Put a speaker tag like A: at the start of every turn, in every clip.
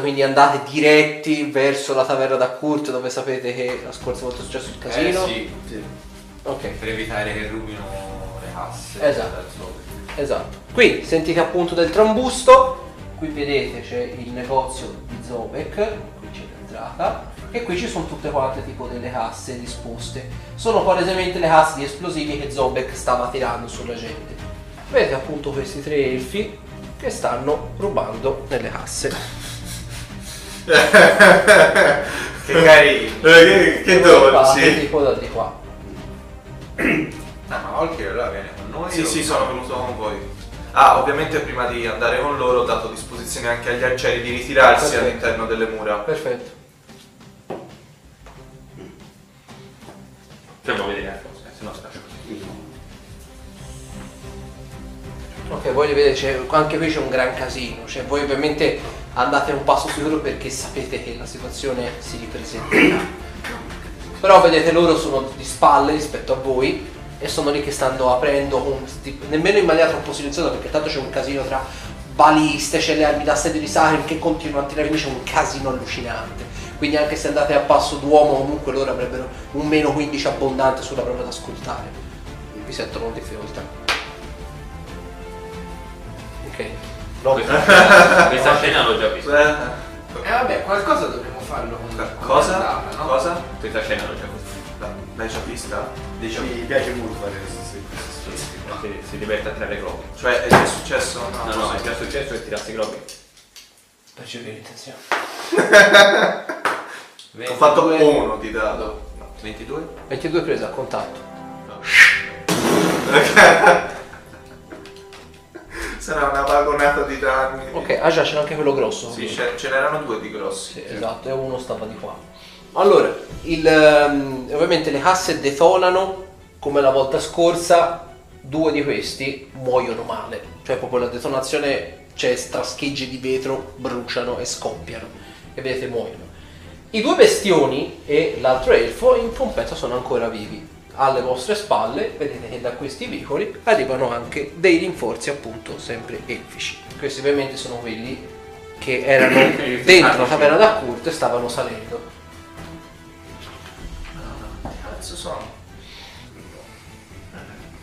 A: Quindi andate diretti verso la taverna da Kurt dove sapete che la scorsa volta è successo il casino.
B: Eh, sì, sì.
A: Ok,
B: Per evitare che rubino le casse.
A: Esatto.
B: dal solito.
A: esatto. Qui sentite appunto del trambusto, qui vedete c'è il negozio di Zobek, qui c'è l'entrata e qui ci sono tutte quante tipo delle casse disposte. Sono palesemente le casse di esplosivi che Zobek stava tirando sulla gente. Vedete appunto questi tre elfi che stanno rubando nelle casse.
B: Che carino.
C: Eh, che, che
A: Guardate,
C: dolci.
A: Tipo da di qua.
B: No, ma Holger allora viene con noi.
C: Sì,
B: o-
C: sì, sono venuto con voi. Ah, ovviamente prima di andare con loro ho dato disposizione anche agli arcieri di ritirarsi
A: Perfetto.
C: all'interno delle mura.
A: Perfetto.
D: Fermo a vedere.
B: Eh, Se no si lascia così.
A: Ok, voi li vedete, c'è- anche qui c'è un gran casino, cioè voi ovviamente andate un passo sicuro perché sapete che la situazione si ripresenterà. Però vedete loro sono di spalle rispetto a voi e sono lì che stanno aprendo, con sti- nemmeno in maniera troppo silenziosa perché tanto c'è un casino tra baliste, c'è le armi da sedio di Sarin che continuano a tirare, quindi c'è un casino allucinante. Quindi anche se andate a passo d'uomo comunque loro avrebbero un meno 15 abbondante sulla propria da ascoltare. Vi sentono in difficoltà. Ok.
D: Questa, questa scena l'ho già vista.
C: Eh,
B: Eh vabbè, qualcosa dovremmo farlo con
C: da-
B: con
C: cosa?
B: Dana, no?
C: Cosa?
D: Questa scena l'ho già vista.
C: Da- L'hai già vista?
E: Mi piace molto fare questo sì.
D: Si, si diverte a tirare globi.
C: Cioè, è già successo?
D: No, no, è già successo che tirassi globi.
A: Percepire l'intenzione.
C: Ho fatto
A: 22.
C: uno di dado. No, 22?
A: 22 presa a contatto.
C: Sarà una vagonata di danni.
A: Ok, ah già c'era anche quello grosso.
C: Sì, ce, ce n'erano due di grossi.
A: Sì, esatto, e uno stava di qua. Allora, il, ehm, ovviamente le casse detonano come la volta scorsa, due di questi muoiono male, cioè proprio la detonazione c'è strascheggi di vetro, bruciano e scoppiano e vedete muoiono. I due bestioni e l'altro elfo in un pezzo sono ancora vivi. Alle vostre spalle vedete che da questi vicoli arrivano anche dei rinforzi appunto sempre elfici. Questi ovviamente sono quelli che erano dentro la taverna da Kurt e stavano salendo.
C: Che cazzo sono?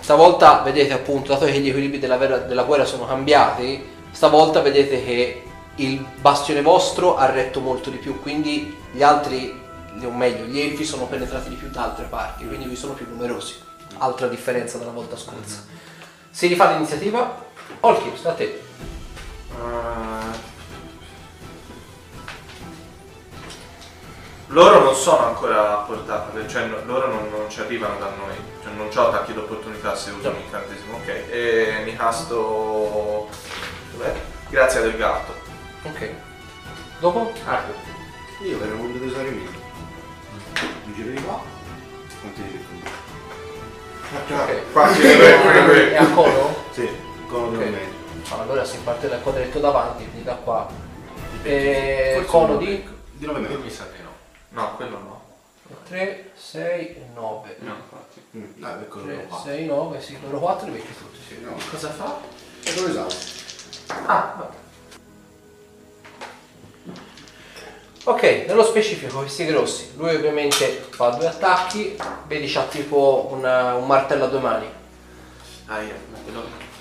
A: Stavolta vedete appunto, dato che gli equilibri della, vera- della guerra sono cambiati, stavolta vedete che il bastione vostro ha retto molto di più, quindi gli altri, o meglio, gli elfi sono penetrati di più da altre parti, quindi vi sono più numerosi. Altra differenza dalla volta scorsa. Si rifà l'iniziativa. Olkir, sta a te.
C: Eh, Loro non sono ancora a portata, cioè no- loro non, non ci arrivano da noi, cioè non ho attacchi d'opportunità se uso un incantesimo, ok. E mi casto. Dov'è? Grazia del gatto.
A: Ok. Dopo?
E: Io avrei voluto usare mio. Un giro di qua. Quanti giri di
A: Ok.
E: qua?
A: È a cono?
E: Sì, con
A: Ok.
E: un mezzo.
A: Allora si parte dal quadretto davanti, quindi da qua. E
E: Forse
A: cono
E: un
A: di
E: mezzo. Di 9
B: Io
E: metri.
B: mi sa che no.
C: No, quello no.
A: 3, 6, 9.
B: No, infatti.
E: Mm, No, ecco
A: 3,
E: qua.
A: 6, 9, sì, loro 4 li metti tutti, sì.
E: No,
C: Cosa fa?
E: e dove usavo?
C: Ah, vabbè.
A: Ok, nello specifico questi grossi, lui ovviamente fa due attacchi, vedi c'ha tipo una- un martello a due mani.
C: Ah, io.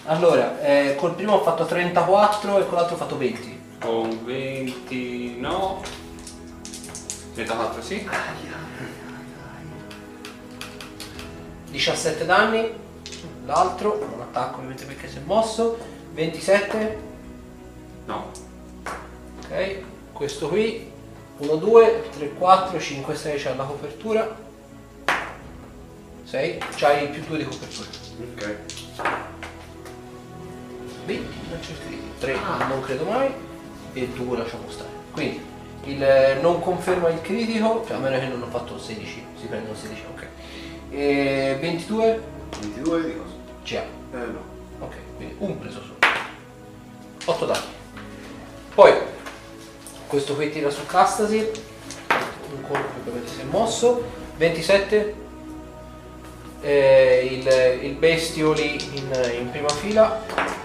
A: Allora, eh, col primo ho fatto 34 e con l'altro ho fatto 20.
D: Con 20 no. 34 sì.
A: 17 danni, l'altro, non attacco ovviamente perché si è mosso, 27,
D: No.
A: ok, questo qui, 1, 2, 3, 4, 5, 6 c'è la copertura, 6, c'hai più 2 di copertura.
E: Ok.
A: 20 non c'è scritto 3 non credo mai e 2 lasciamo stare quindi il eh, non conferma il critico cioè a meno che non ho fatto 16 si prendono 16 ok e 22
E: 22 di cosa?
A: c'è
E: Eh no.
A: ok quindi un preso solo 8 danni poi questo qui tira su Castasi un colpo che vedete si è mosso 27 eh, il, il bestio lì in, in prima fila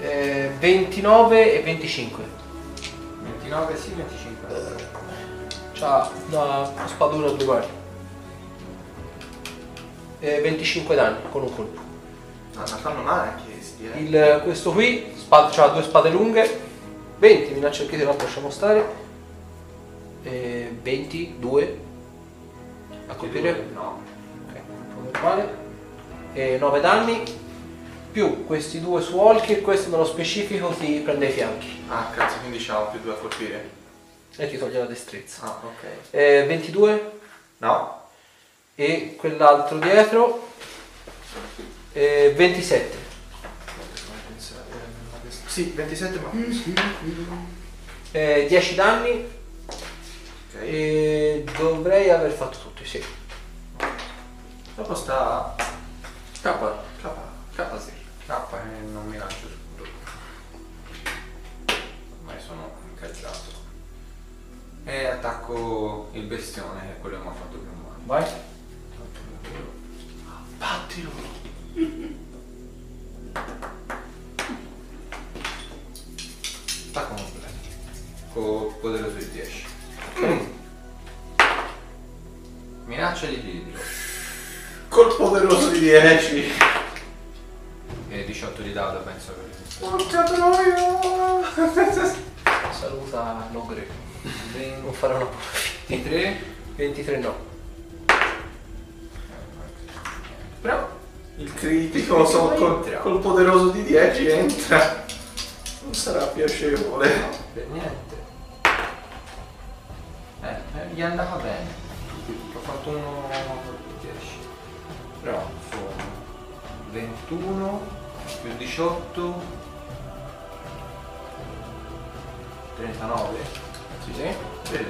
A: eh, 29 e 25
B: 29 sì, 25.
A: C'ha da spadura due mani. E 25 danni con un colpo.
C: No, ma fanno male anche questi, eh.
A: Il- questo qui ha due spade lunghe, 20, minaccia il tiro, la lasciamo stare. E 22 a colpire.
C: No.
A: Ok, colpo verbale. E 9 danni più questi due su Walker, questo nello specifico ti prende i fianchi
C: Ah, cazzo, quindi c'ha più due a colpire.
A: e ti toglie la destrezza.
C: Ah, ok.
A: E 22
C: No?
A: e quell'altro dietro eh, 27
C: eh, Sì, 27 ma...
A: Eh, 10 danni
C: Ok.
A: e dovrei aver fatto tutti sì
C: Dopo sta...
D: K.
C: K.
D: K sì.
B: K eh, non mi lancio tutto. Ma sono incazzato. E attacco il bestione, che è quello che mi ha fatto più male.
A: vai
C: Battilo!
B: Attacco completo. Con potere sui 10. Minaccia di tiro.
C: Col poderoso di 10!
B: E 18 di dado penso che...
C: Porca troia!
A: saluta Logre non
B: 23.
A: farà una 23 no
C: Però il critico so, col, col poderoso di 10 entra. Non sarà piacevole.
B: Beh, niente. Eh, eh, gli andava bene. Ho fatto uno 10. Però sono 21 più 18 39
A: sì, sì.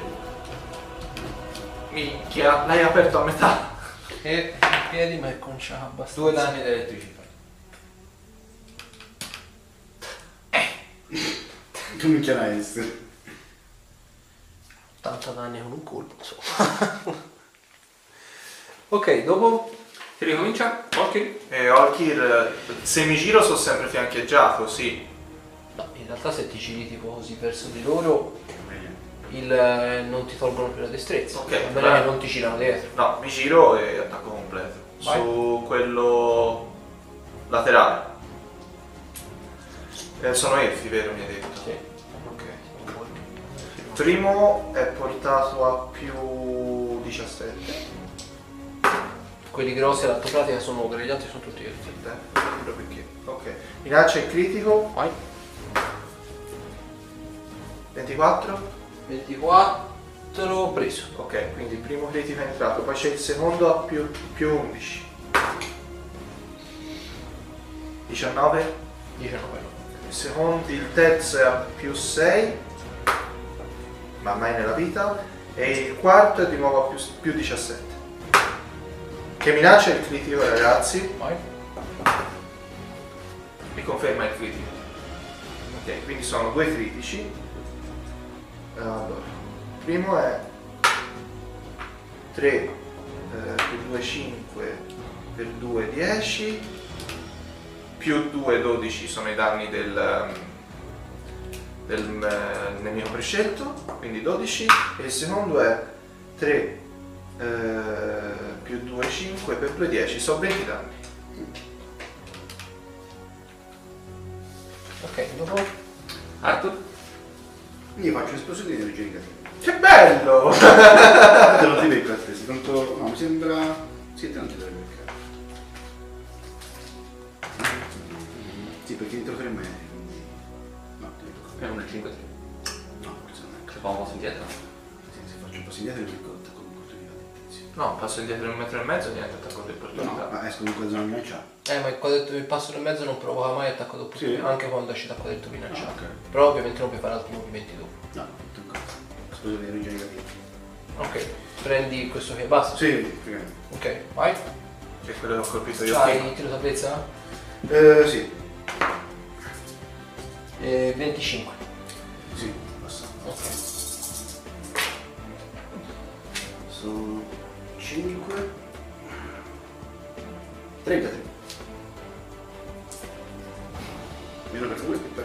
C: Minchia, l'hai aperto a metà.
A: e in piedi ma è conciato abbastanza
B: due danni di elettricità.
E: Tu mi chiarai essere.
A: 80 danni con un colpo insomma ok dopo
D: Si ricomincia? Ok.
C: E Olkir, se mi giro sono sempre fiancheggiato, sì.
A: no, in realtà se ti giri tipo così verso di loro il, eh, non ti tolgono più la destrezza
C: Ok,
A: a meno che
C: beh.
A: non ti girano dietro
C: No, mi giro e attacco completo.
A: Vai.
C: Su quello laterale. Eh, sono elfi, vero mi hai detto?
A: sì.
C: Ok. Primo è portato a più 17.
A: Quelli grossi alla tua pratica sono ogre, gli altri sono tutti elfi.
C: Eh, capito perché. Ok. Minaccia e critico.
A: Vai.
C: 24.
A: 24 preso.
C: Ok, quindi il primo critico è entrato, poi c'è il secondo a più, più 11. 19.
A: 19 no.
C: Il secondo, il terzo è a più 6, ma mai nella vita. E il quarto è di nuovo a più, più 17. Che minaccia il critico, ragazzi.
A: Vai.
C: Mi conferma il critico. Ok, quindi sono due critici. Allora, il primo è eh, 3 per 2 5 per 2 10 più 2 12 sono i danni del, ehm, del eh, nemico prescelto, quindi 12 e il secondo è 3 più 2 5 per 2 10 sono 20 danni.
A: Ok, dopo.
D: Arthur.
E: Quindi faccio esplosione di energia negativa.
C: Che bello!
E: Ah, Te lo ti becco a te, sì, tanto. No, mi sembra. Sì, te non ti dovrebbe beccare. Sì, perché dentro tre me. quindi- No, ti becco.
D: È un 5-3.
E: No, forse non è.
D: Se fa un passo indietro.
E: Sì, se faccio un passo indietro mi becco attacco con continuità di attenzione.
C: No, passo indietro un metro e mezzo, niente, attacco di
E: No,
C: opportunità.
E: ma esco comunque da zona minacciata.
A: Eh, ma qua detto il passo nel mezzo non provoca mai attacco dopo,
E: Sì.
A: anche quando esci da qua detto minacciato.
E: Ah, ok.
A: Però ovviamente non puoi fare altri movimenti dopo.
E: No, tutto ancora. Esplosione di energia negativa.
A: Ok, prendi questo che basta.
E: Sì, prima.
A: Ok, vai.
C: Che è quello che ho colpito io prima.
A: C'hai tiro salvezza?
E: Eh, sì,
A: Eh, 25.
E: sì, basta.
A: Ok.
E: Sono 5. 33. Meno per 2 che per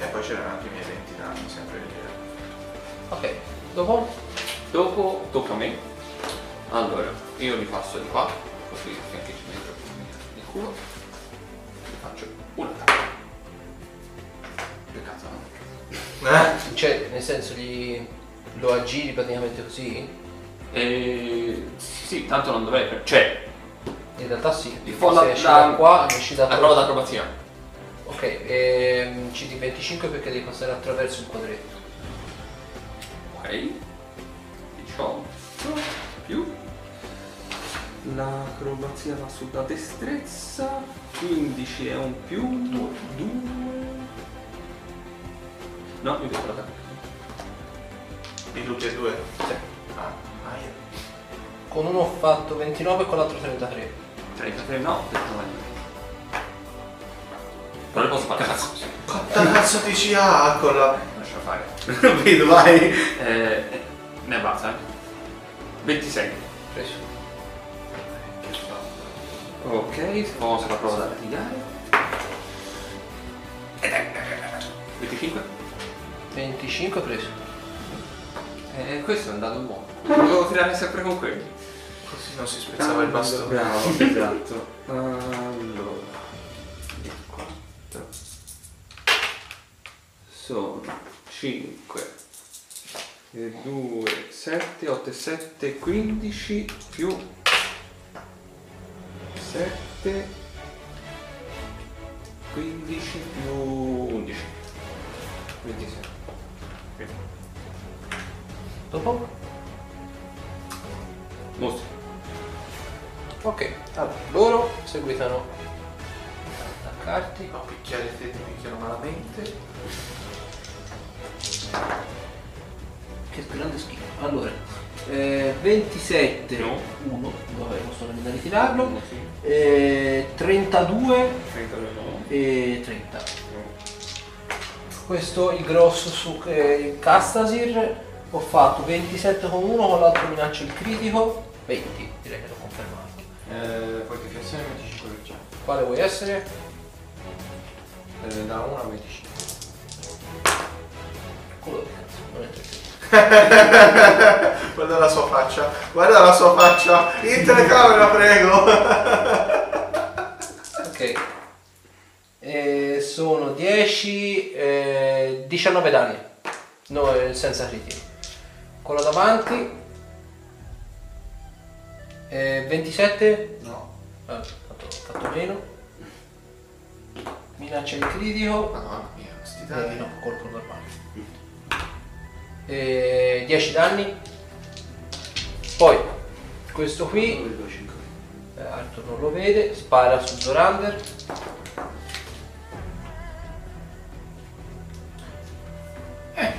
C: E poi c'erano anche i miei 20 danni, sempre lì. eh.
A: Ok, dopo?
D: Dopo tocca a me. Allora, io li passo di qua, così finché ci metto il culo. Faccio una tappa. Che cazzo no?
C: Eh?
A: Cioè, nel senso gli lo aggiri praticamente così?
D: E... Sì, tanto non dovrei... per- Cioè,
A: In realtà sì.
D: il folla
A: Se esci da qua, ne esci da
D: La
A: qua.
D: prova d'acrobazia.
A: Ok, ehm, ci di 25 perché devi passare attraverso il quadretto.
D: Ok. 18 più. L'acrobazia va sulla destrezza. 15 è un più. 2. No, mi devo la
C: Di tutti e due?
D: Sì.
C: Ah, aia.
A: Con uno ho fatto 29 e con l'altro 33.
D: 33 no, perché non è Però le posso fare cazzo.
C: Quanta cazzo dici ha con la...
D: Lascia fare.
E: Vedo, vai.
D: Eh, eh, ne basta. eh. 26.
A: Preso.
D: Ok, vamos alla prova da litigare. Ed è- 25?
A: 25 preso.
D: Eh, questo è andato buono. Devo tirare sempre con quelli.
C: Così non si spezzava il bastone.
E: Bravo, esatto. Allora.
D: E 4. Sono 5. 2, 7, 8, 7, 15 più 7, 15 più 11. 26.
A: Dopo?
D: Mostri.
A: Ok, allora loro seguitano ad attaccarti.
C: No, picchiare te ti picchiano malamente.
A: Che grande schifo. Allora, eh, 27,
D: No.
A: 1, dove non sono da ritirarlo. Eh, 32
D: 32 no.
A: e 30. Questo il grosso su eh, il Castasir. Ho fatto 27 con uno, con l'altro minaccio il critico. 20, direi che l'ho confermato.
B: Eh, fortificazione 25%.
A: Quale vuoi essere?
B: Eh, da 1 a 25.
A: Quello di cazzo, non è interessante.
C: Guarda la sua faccia, guarda la sua faccia. In telecamera, prego.
A: Ok. Eh, sono 10, eh, 19 danni. No, eh, senza critico. Quello davanti. Eh, 27.
B: No.
A: Eh, ho fatto, ho fatto meno. Minaccia il critico.
C: Mamma mia, sti
A: Eh,
C: dadi.
A: no, colpo normale. Eh, 10 danni. Poi questo qui
E: Vedo 5.
A: eh, Arthur non lo vede, spara su Zorander. Eh,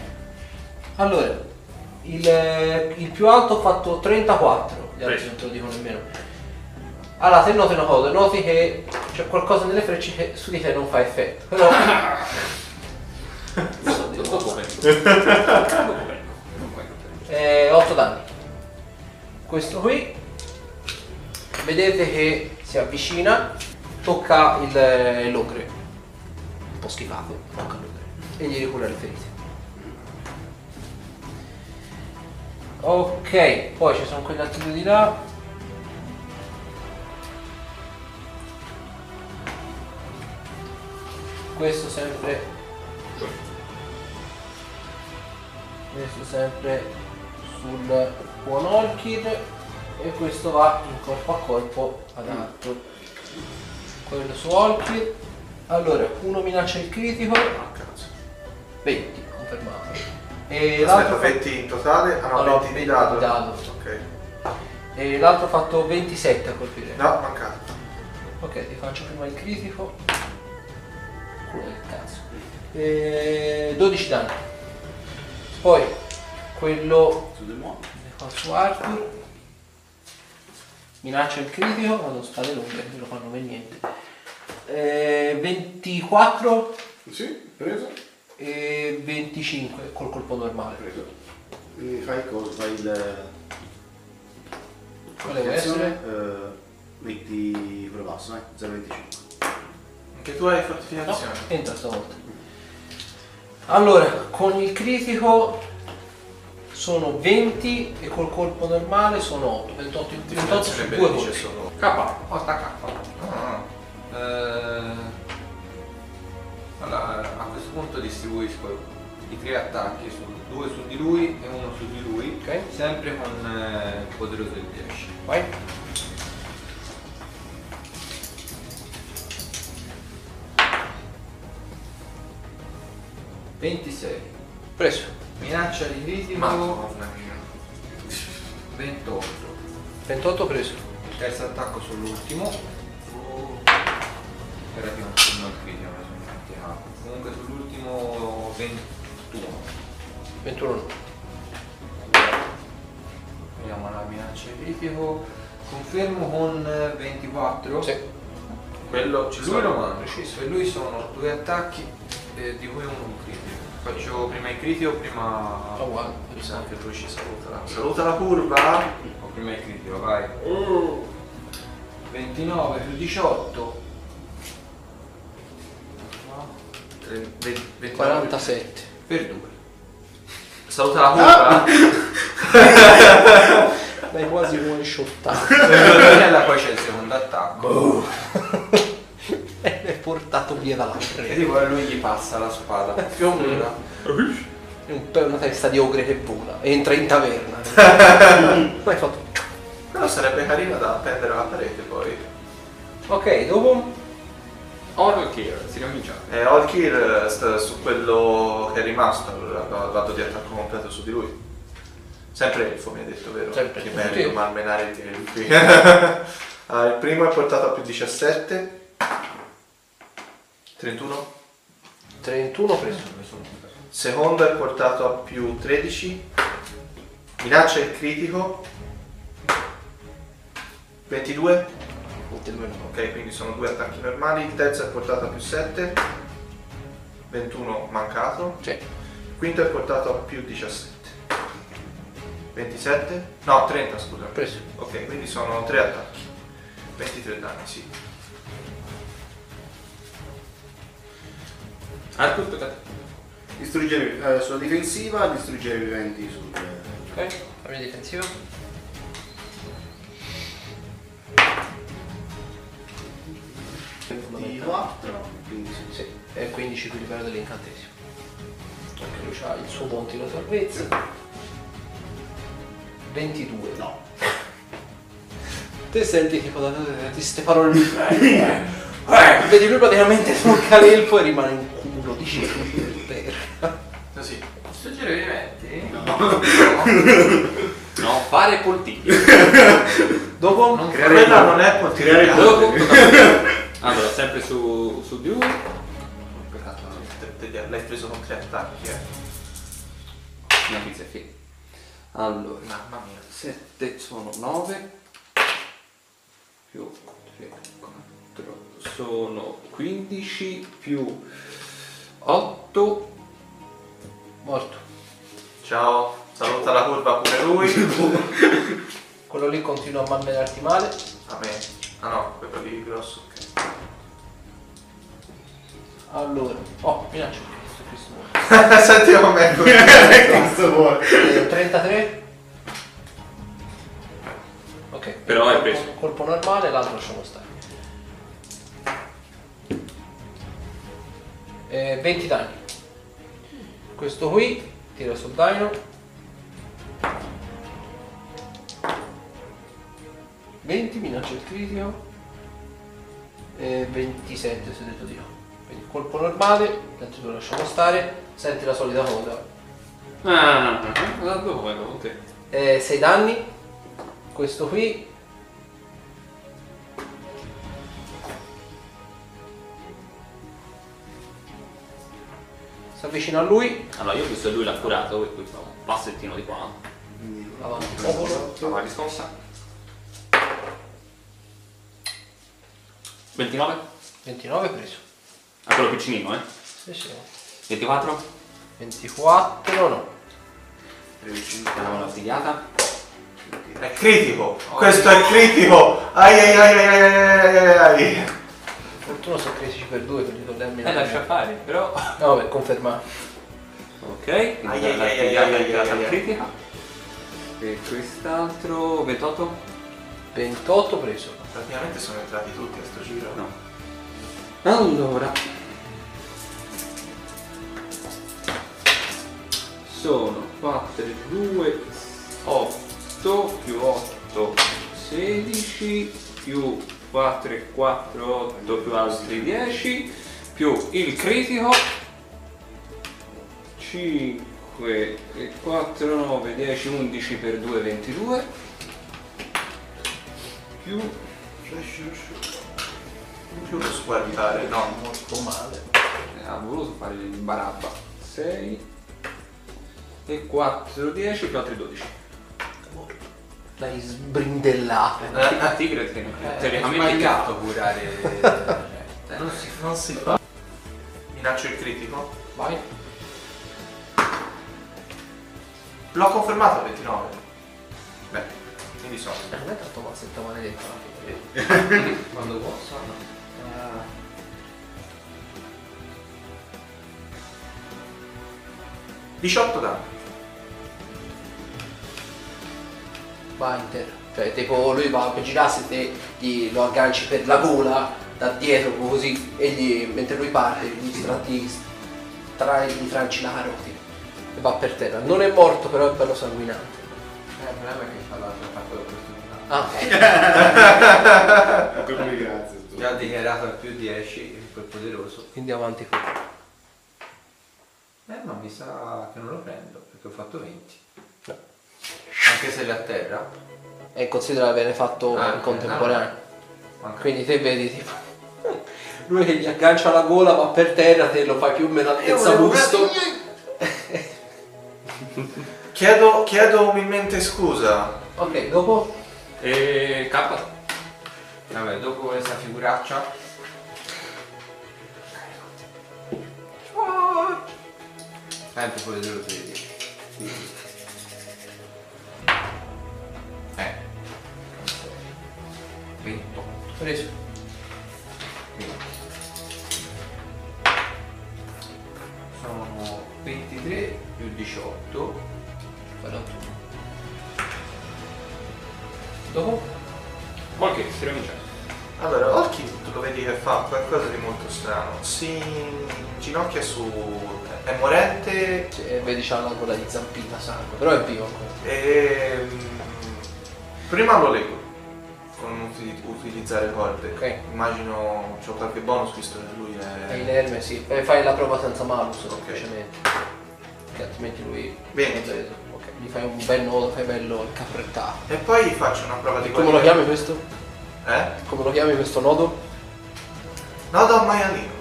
A: Allora, il, eh, il più alto ho fatto 34, gli altri
D: Preso.
A: non te lo dico nemmeno. Allora, te noti una cosa, noti che c'è qualcosa nelle frecce che su di te non fa effetto. Però... Non so dire.
D: Dopo vengo. Dopo vengo. Non vengo.
A: Eh, 8 danni. Questo qui, vedete che si avvicina, tocca il eh, l'ogre. Un po' schifato, tocca l'ogre. E gli ricura le ferite. Ok, poi ci sono quegli altri due di là. Questo sempre questo sempre sul buon Orchid e questo va in corpo a corpo ad
C: Mm.
A: Arthur quello su Orchid allora uno minaccia il critico
C: Ah, cazzo.
A: 20 confermato e
C: Aspetta,
A: l'altro,
C: 20 in totale? Ah,
A: No,
C: no,
A: no,
C: 20 di
A: 20 di
C: dado.
A: dado.
C: Ok.
A: fa- e l'altro ha fatto 27 a colpire
C: No, mancato.
A: ok ti faccio prima il critico quello del cazzo E 12 danni poi quello
E: Su due muovi.
A: Qua su Arthur minaccia il critico ma non spade lunghe non lo fanno per niente Eh, 24
E: Sì, preso.
A: e 25 col colpo normale
E: Preso. Quindi fai cosa? Fai il.
A: Quale deve essere?
E: Eh, 20 quello basso, eh? 0,25.
C: Anche tu hai
A: no,
C: fortificazione.
A: entra stavolta allora con il critico sono 20 e col colpo normale sono 8. 28, 28 su
C: Sarebbe
A: 2
C: dice
A: colpi.
C: solo-
D: K.
B: Porta K.
C: Ah,
B: Eh, allora, a questo punto distribuisco i tre attacchi, su, due su di lui e uno su di lui,
A: Ok.
B: sempre con eh, il poderoso del 10.
A: Vai.
B: Vai. 26.
A: Preso.
B: Minaccia di critico,
C: Madonna mia.
B: 28.
A: 28 preso.
B: Il terzo attacco sull'ultimo. Era che non sono il critico, ma sono tanti K. Comunque sull'ultimo 21.
A: 21 no.
B: Vediamo la minaccia di critico. Confermo con eh, 24.
A: Sì.
C: Quello ci
B: Lui
C: sono.
B: lo manda, e lui sono due attacchi eh, di cui uno un critico. Faccio prima il critico, prima.
A: Fa uguale.
C: Mi sa che lui Oh. ci saluta. Saluta la curva. Mm.
B: O prima il critico, vai. 29 più 18.
C: 30, 29.
A: 47.
B: Per 2.
C: Saluta la curva.
A: Dai quasi one shottato.
B: E poi c'è il secondo attacco.
A: e l'hai portato via dalla
B: E
A: presa.
B: tipo a lui gli passa la spada. Più
A: È un pe- una testa di ogre che vola. Entra in taverna. Poi hai fatto.
C: Però sarebbe carino da appendere alla parete poi.
A: Ok, dopo.
D: Horror Care, si ricomincia.
C: E Holkir eh, sta su quello che è rimasto, allora va- vado di attacco completo su di lui. Sempre elfo mi ha detto, vero?
A: Sempre
C: Che
A: elfo,
C: bello
A: sì.
C: malmenare gli elfi. Ah, il primo è portato a più 17. 31.
A: 31 preso.
C: Secondo è portato a più 13. Minaccia il critico. 22.
A: 22 no.
C: Ok, quindi sono due attacchi normali. Il terzo è portato a più 7. 21 mancato.
A: Sì.
C: Quinto è portato a più 17. 27? No, 30 scusa.
A: Preso.
C: Ok, quindi sono tre attacchi. 23 danni, sì.
D: Arcus, aspettate.
E: Distruggere eh, sulla difensiva, distruggere i viventi sul. eh,
A: Ok, la mia difensiva.
E: 24, quindi sì.
A: Sì, è 15 più il livello dell'incantesimo. Anche lui ha il suo buon tiro salvezza. 22. No. Te senti tipo da queste parole lì. Eh, eh, Vedi lui praticamente tocca l'elfo e rimane in culo, dici per terra.
C: Così.
B: Questo giro di eventi?
D: Non fare poltiglia.
A: Dopo
B: Non
C: Creare Quella Ah, non è continuare
D: Dopo, tocca- allora, sempre su, su di lui.
C: Peccato, non Esatto, te- te- te- l'hai preso con tre attacchi, eh.
D: Una pizza è finita. Allora,
C: Mamma mia.
D: 7 sono 9 più 3, 4 sono 15 più 8
A: morto.
C: Ciao, saluta la curva pure lui.
A: Quello lì continua a malmenarti male.
C: a me. Ah no, quello lì grosso. ok.
A: Allora. Oh, minaccio questo, questo muore.
C: Senti com'è così.
E: Questo vuole.
A: Eh, 33. Ok.
D: Però hai
A: colpo-
D: preso.
A: Colpo normale, l'altro lasciamo stare. Eh, 20 danni. Questo qui, tira sul dino. 20 minaccia il critico. E 27 se ho detto di no. Quindi colpo normale, tanto lo lasciamo stare. Senti la solita cosa.
D: ah, da dove non te
A: 6 Eh, danni. Questo qui. Si avvicina a lui.
D: allora io ho visto che lui l'ha curato e qui fa un passettino di qua
A: Avanti popolo.
D: la riscossa 29
A: 29 preso.
D: a quello piccinino eh
A: Sì, sì.
D: 24
A: 24 no.
D: abbiamo la stigata
C: È critico. Questo è critico. Ai ai ai ai ai ai ai ai. ai.
A: Fortuna sono 13 per 2 per ritornarmi.
D: Eh, fare però
A: No, vabbè, conferma.
D: Oh, Ok,
C: Ai,
D: quindi
C: ai,
D: la
C: ai,
D: tirata
C: ai,
D: è tirata
C: ai, ai.
D: critica. E quest'altro 28?
A: 28 preso.
C: Praticamente sono entrati tutti a sto giro.
D: No. Allora. Sono 4, 2, 8 più 8, 16 più 4, 4, 8 più altri 10 più il critico 5 e 4, 9, 10, 11 per 2, 22 più
C: Più lo squartare, no.
A: Molto male.
D: Eh, ha voluto fare il barabba 6 e 4 10 più altri 12
A: L'hai sbrindellato.
D: eh, la tigre te- teoricamente Eh,
B: sbagliato curare.
C: Non si, non si fa. Minaccio il critico.
B: Vai.
C: L'ho confermato a 29. Beh, quindi so.
A: Non è tanto mazzetta maledetta alla fine.
B: Quando posso? No.
C: Eh, 18 danni.
A: Va in terra. Cioè, tipo, lui va per girarsi te gli- lo agganci per la gola da dietro così e gli, mentre lui parte gli, stra, ti tra, gli tranci la carotide e va per terra. Non è morto, però è bello sanguinante.
B: Eh, il problema è che c'ha l'altra parte dell'opportunità.
A: Ah,
E: Come grazie. sto-
B: Già dichiarato al più 10, il più poderoso.
A: quindi avanti con
B: Eh, ma mi sa che non lo prendo perché ho fatto 20. Anche se è a terra.
A: E considera di averne fatto
B: Ah,
A: in contemporanea.
B: Manca.
A: Quindi te vedi tipo. Lui che gli aggancia la gola va per terra, te lo fai più o meno
C: Eh,
A: altezza busto.
C: Chiedo, chiedo umilmente scusa.
A: Ok, dopo
D: e K
B: Vabbè, dopo questa figuraccia. Sempre poderoso di 10. Eh. 28.
A: preso.
B: Sono 23 più 18.
A: 41. Dopo?
D: qualche stringia
C: Allora, Orchi tu lo vedi che fa qualcosa di molto strano. Si ginocchia su. è morente
A: Cioè, vedi c'ha la gola di zampilla sangue, però è vivo ancora.
C: e. mm, prima lo leggo. Con uti- utilizzare corde.
A: Ok.
C: Immagino c'ho qualche bonus visto che lui
A: È
C: è.
A: inerme, sì. E fai la prova senza malus,
C: Ok.
A: semplicemente. Che altrimenti lui.
C: Venti.
A: Preso. Ok, gli fai un bel nodo, fai bello il caprettato.
C: E poi faccio una prova di
A: Come lo chiami questo?
C: Eh?
A: Come lo chiami questo nodo?
C: No, da maialino.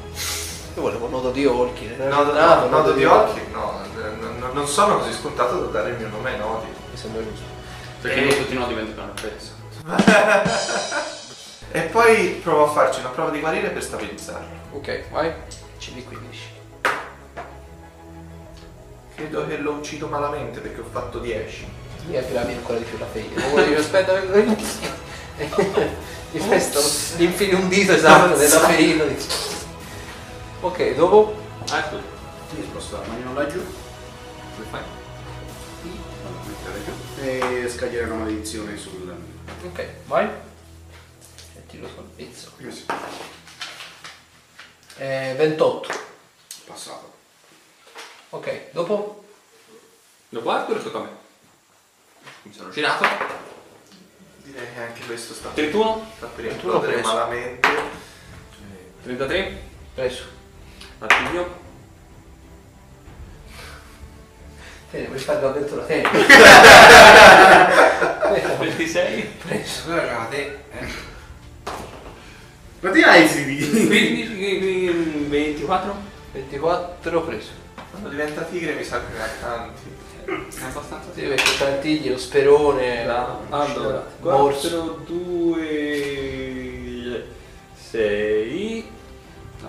A: Io volevo un nodo di Ah, Olkin.
C: Nodo, Eh, nodo, nodo di occhi? No, n- n- non sono così scontato da dare il mio nome ai nodi.
A: Mi sembra giusto.
D: perché
C: E-
D: non tutti i nodi diventano pezzo
C: E poi provo a farci una prova di guarire per stabilizzarlo.
A: Ok, vai. CD15.
C: Credo che lo uccido malamente perché ho fatto 10.
A: Mi aprirai ancora di più la fede. Come dico, aspetta, gli fai sto- gli infili un dito esatto nella ferita. dici. Ok, dopo?
D: ah tu
E: Sì, sposta la mano laggiù,
D: come fai?
E: mettere giù e scagliare una maledizione sul...
A: Ok, vai. E tiro sul pezzo.
E: Come si-
A: Eh, 28.
E: Passato.
A: Ok, dopo?
D: lo guardo e lo tocca a me mi sono girato
C: Direi che anche questo sta
D: 31
C: sta per
A: Tu l'ho
C: esplodere
A: preso.
C: malamente.
D: 33
A: Preso.
D: attivo
A: Te ne puoi fare l'avventura te.
D: 26
A: Preso.
B: Guardate, eh.
E: Ma ti hai CD?
D: 15 24
A: 24 preso.
C: Quando diventa tigre mi sa che ne ha tanti.
D: è abbastanza
A: Sì, perché Tartigli, lo sperone.
D: Allora,
A: morso.
D: 4, 2, 6,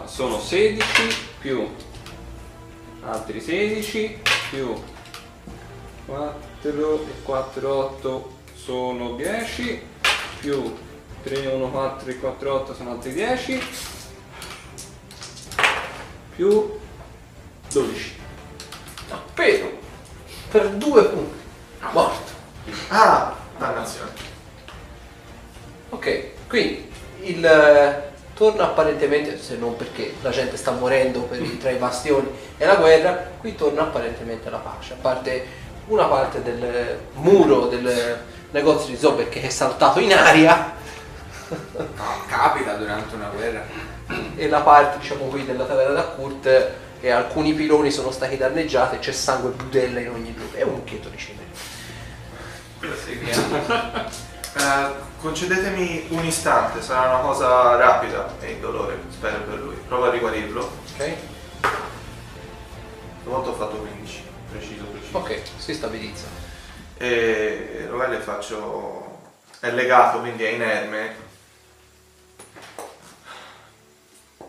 D: sono 16 più altri 16 più 4 e 4, 8 sono 10 più 3, 1, 4 e 4, 8 sono altri 10 più 12.
A: Ok. Per due punti. Morto.
C: Ah, dannazione.
A: Ok, quindi il eh, torna apparentemente, se non perché la gente sta morendo per i- tra i bastioni e la guerra, qui torna apparentemente la pace, a parte una parte del eh, muro del negozio di Zober che è saltato in aria
B: No, capita durante una guerra.
A: e la parte diciamo qui della taverna da Kurt e alcuni piloni sono stati danneggiati c'è sangue e budella in ogni luogo è un mucchietto di cenere
C: Proseguiamo. Eh, concedetemi un istante, sarà una cosa rapida e indolore, spero per lui. Provo a riguarirlo.
A: ok?
C: Una volta ho fatto 15, preciso, preciso.
A: ok si stabilizza
C: E allora le faccio... è legato, quindi è inerme.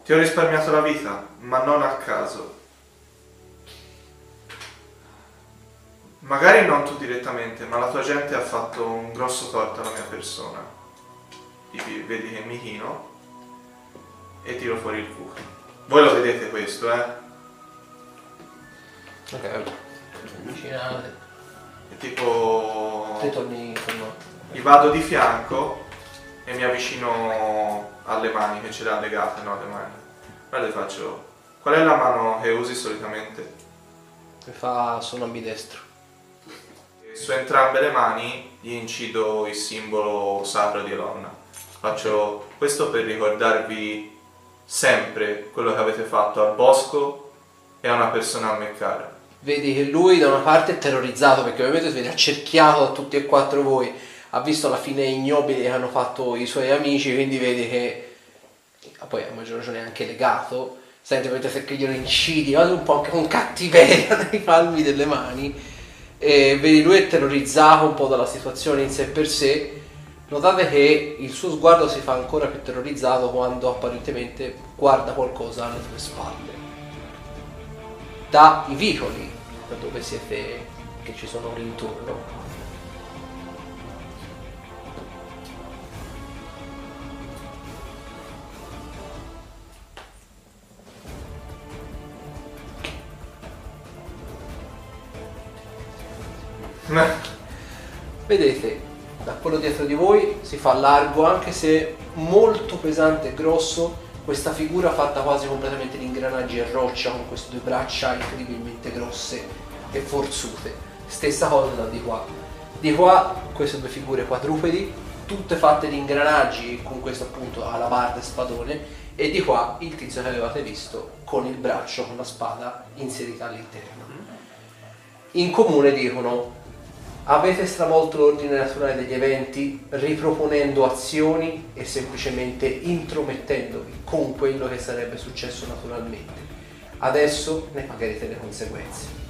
C: Ti ho risparmiato la vita, ma non a caso. Magari non tu direttamente, ma la tua gente ha fatto un grosso torto alla mia persona. Ti- Vedi che mi chino e tiro fuori il cucco. Voi lo vedete questo, eh?
A: ok Cioè, avvicinate
C: È tipo...
A: te torni con noi
C: Gli vado di fianco e mi avvicino alle mani che ce le ha legate, no, le mani. Allora le faccio. Qual è la mano che usi solitamente?
A: Mi fa sono ambidestro
C: E Su entrambe le mani gli incido il simbolo sacro di Elonna. Faccio questo per ricordarvi sempre quello che avete fatto al bosco e a una persona a me cara.
A: Vedi che lui da una parte è terrorizzato perché ovviamente si vede accerchiato da tutti e quattro voi, ha visto la fine ignobile che hanno fatto i suoi amici, quindi vedi che ah, poi a maggior ragione è anche legato, sente ovviamente se che glielo incidi, vado un po' anche con cattiveria nei palmi delle mani, e vedi lui è terrorizzato un po' dalla situazione in sé per sé, notate che il suo sguardo si fa ancora più terrorizzato quando apparentemente guarda qualcosa alle tue spalle dai vicoli da dove siete che ci sono lì intorno vedete da quello dietro di voi si fa largo anche se molto pesante e grosso questa figura fatta quasi completamente di ingranaggi e roccia con queste due braccia incredibilmente grosse e forzute stessa cosa da di qua di qua queste due figure quadrupedi tutte fatte di ingranaggi con questo appunto alabarda e spadone e di qua il tizio che avevate visto con il braccio con la spada inserita all'interno in comune dicono avete stravolto l'ordine naturale degli eventi riproponendo azioni e semplicemente intromettendovi con quello che sarebbe successo naturalmente. Adesso ne pagherete le conseguenze.